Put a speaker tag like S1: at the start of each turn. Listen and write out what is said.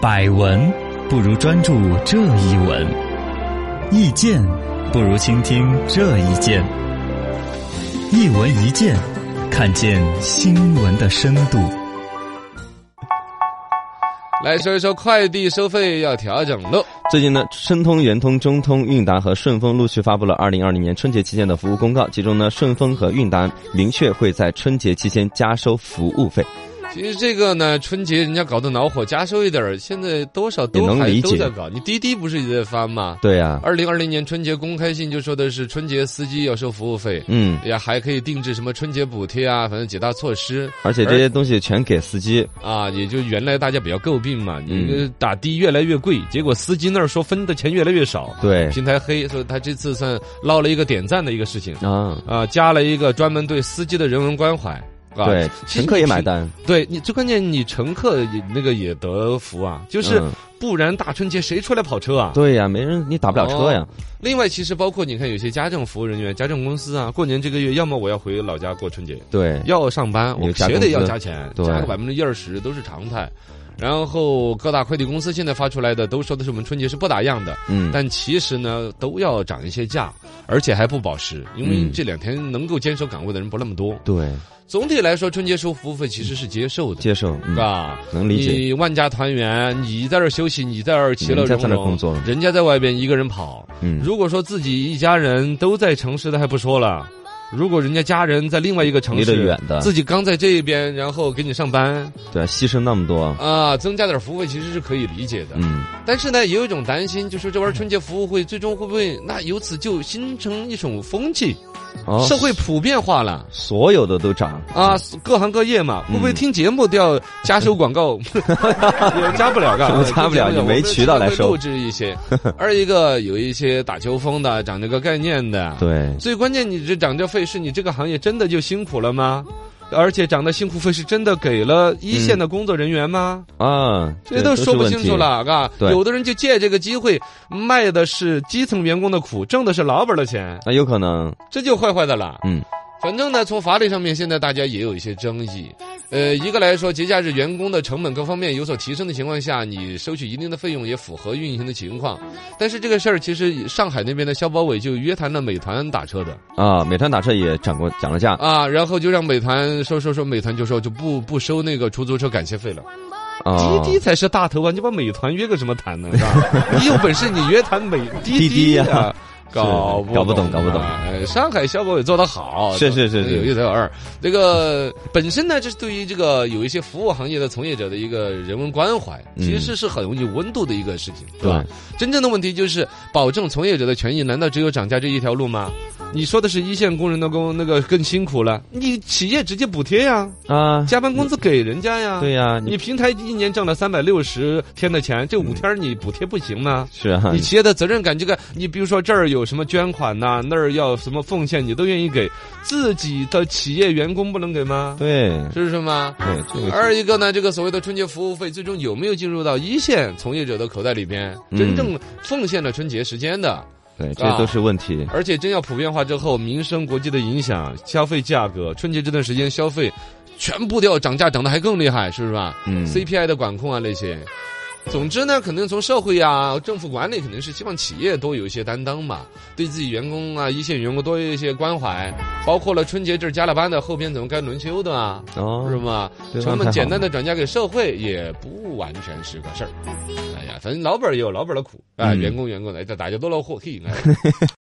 S1: 百闻不如专注这一闻，意见不如倾听这一见。一闻一见，看见新闻的深度。
S2: 来说一说快递收费要调整喽。
S3: 最近呢，申通、圆通、中通、韵达和顺丰陆续发布了二零二零年春节期间的服务公告，其中呢，顺丰和韵达明确会在春节期间加收服务费，
S2: 其实这个呢，春节人家搞得恼火，加收一点儿，现在多少都
S3: 也能
S2: 还
S3: 理
S2: 都
S3: 解
S2: 在搞。你滴滴不是也在翻吗？
S3: 对啊，
S2: 二零二零年春节公开信就说的是春节司机要收服务费，
S3: 嗯，
S2: 呀，还可以定制什么春节补贴啊，反正几大措施
S3: 而且这些东西全给司机，
S2: 啊，也就原来大家比较诟病嘛，你
S3: 嗯
S2: 这打的越来越贵，结果司机那儿说分的钱越来越少，
S3: 对
S2: 平台黑，所以他这次算捞了一个点赞的一个事情
S3: 啊，
S2: 啊，加了一个专门对司机的人文关怀啊，
S3: 对，
S2: 其实
S3: 乘客也买
S2: 挺
S3: 单，
S2: 对你最关键，你乘客也那个也得福啊，就是
S3: 嗯
S2: 不然大春节谁出来跑车啊？
S3: 对呀、没人你打不了车
S2: 哦
S3: 呀，
S2: 另外，其实包括你看有些家政服务人员、家政公司啊，过年这个月要么我要回老家过春节，
S3: 对，
S2: 要上班，我
S3: 有加
S2: 绝
S3: 工
S2: 对要
S3: 资
S2: 加钱，
S3: 对
S2: 加个百分之一二十都是常态。然后各大快递公司现在发出来的都说的是我们春节是不打烊的，
S3: 嗯，
S2: 但其实呢都要涨一些价，而且还不保时，因为
S3: 嗯
S2: 这两天能够坚守岗位的人不那么多。
S3: 对，
S2: 总体来说，春节收服务费其实是接受的，
S3: 接受，
S2: 是
S3: 嗯，
S2: 吧？
S3: 能理解，
S2: 你万家团圆，你在这儿休息，你在这儿其乐
S3: 人家
S2: 融
S3: 在那儿工
S2: 融，
S3: 作，
S2: 人家在外边一个人跑。
S3: 嗯，
S2: 如果说自己一家人都在城市的还不说了，如果人家家人在另外一个城
S3: 离得
S2: 市，
S3: 远啊的，
S2: 自己刚在这边，然后给你上班
S3: 对啊，牺牲那么多，
S2: 啊，增加点服务费其实是可以理解的。
S3: 嗯，
S2: 但是呢，也有一种担心，就是这玩意儿春节服务费最终会不会那由此就形成一种风气，
S3: 哦，
S2: 社会普遍化了。
S3: 所有的都涨，
S2: 啊，各行各业嘛，会不会
S3: 嗯
S2: 听节目都要加收广 告？也加不 了，
S3: 什么加不了你没渠道来收
S2: 我们只能会录制一 些。二一个有一些打秋风的，讲这个概念的。
S3: 对，
S2: 最关键，你这涨这费是你这个行业真的就辛苦了吗？而且涨的辛苦费是真的给了一线的工作人员吗？
S3: 啊，
S2: 这都
S3: 嗯是
S2: 说不
S3: 问
S2: 清
S3: 题
S2: 楚了，嘎。
S3: 对
S2: 有的人就借这个机会卖的是基层员工的苦，挣的是老板的钱，
S3: 那有可能，
S2: 这就坏坏的了。
S3: 嗯，
S2: 反正呢，从法律上面，现在大家也有一些争议。呃，一个来说，节假日员工的成本各方面有所提升的情况下，你收取一定的费用也符合运行的情况。但是这个事儿，其实上海那边的消保委就约谈了美团打车的
S3: 啊，美团打车也涨过涨了价
S2: 啊，然后就让美团说说说，美团就说就不不收那个出租车感谢费了。
S3: 啊，
S2: 滴滴才是大头啊！你把美团约个什么谈呢？是吧 你有本事你约谈美滴
S3: 滴呀
S2: 啊！搞
S3: 搞不懂
S2: 懂，啊
S3: 搞不懂
S2: 哎上海消保委做得好，啊
S3: 是是是是
S2: 有一得二。这个本身呢，这是对于这个有一些服务行业的从业者的一个人文关怀，
S3: 嗯
S2: 其实是很有温度的一个事情，是
S3: 对
S2: 吧？真正的问题就是保证从业者的权益，难道只有涨价这一条路吗？你说的是一线工人的工那个更辛苦了，你企业直接补贴呀，
S3: 啊，
S2: 加班工资给人家呀，
S3: 对呀，你
S2: 你平台一年挣了三百六十天的钱，这五
S3: 嗯
S2: 天儿你补贴不行吗？
S3: 是啊
S2: 你，企业的责任感，这个你比如说这儿有什么捐款呐、那儿要什么奉献，你都愿意给，自己的企业员工不能给吗？
S3: 对
S2: 是不是吗？
S3: 对，这个
S2: 二一个呢，这个所谓的春节服务费，最终有没有进入到一线从业者的口袋里边，
S3: 嗯
S2: 真正奉献了春节时间的？
S3: 对，这都是问题，
S2: 而且真要普遍化之后，民生国际的影响、消费价格，春节这段时间消费全部都要涨价，涨得还更厉害，是不是吧？
S3: 嗯，
S2: CPI 的管控啊那些。总之呢，肯定从社会啊、政府管理，肯定是希望企业多有一些担当嘛，对自己员工啊、一线员工多一些关怀，包括了春节这儿加了班的，后边怎么该轮休的啊，
S3: 哦
S2: 是，吗？
S3: 对
S2: 成
S3: 安排
S2: 本
S3: 好
S2: 简单的
S3: 了
S2: 转嫁给社会，也不完全是 个事儿。哎呀，反正老板儿也有老板儿的苦啊，
S3: 嗯
S2: 员工员工的，这大家都恼火，嘿。哎